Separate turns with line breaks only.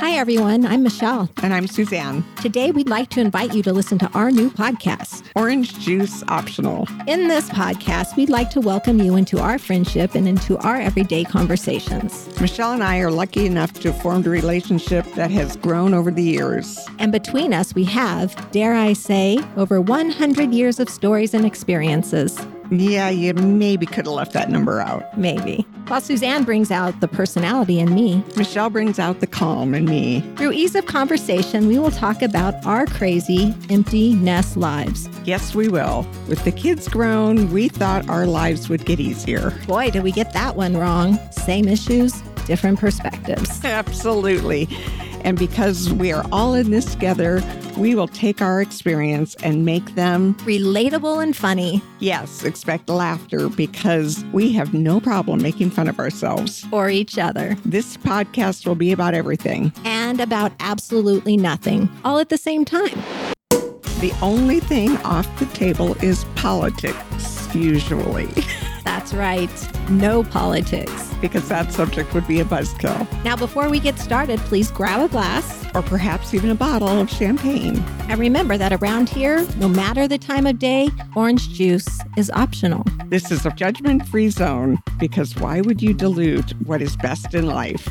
Hi, everyone. I'm Michelle.
And I'm Suzanne.
Today, we'd like to invite you to listen to our new podcast.
Orange juice optional.
In this podcast, we'd like to welcome you into our friendship and into our everyday conversations.
Michelle and I are lucky enough to have formed a relationship that has grown over the years.
And between us, we have, dare I say, over 100 years of stories and experiences.
Yeah, you maybe could have left that number out.
Maybe. While Suzanne brings out the personality in me,
Michelle brings out the calm in me.
through ease of conversation, we will talk about our crazy, empty nest lives.
Yes, we will. With the kids grown, we thought our lives would get easier.
Boy, did we get that one wrong. Same issues, different perspectives.
Absolutely. And because we are all in this together, we will take our experience and make them,
Relatable and funny,
yes, expect laughter because we have no problem making fun of ourselves.
or each other,
This podcast will be about everything.
and about absolutely nothing, all at the same time.
The only thing off the table is politics, usually,
That's right, no politics.
because that subject would be a buzzkill,
Now, before we get started, please grab a glass.
or perhaps even a bottle of champagne.
And remember that around here, no matter the time of day, orange juice is optional.
This is a judgment free zone, because why would you dilute what is best in life?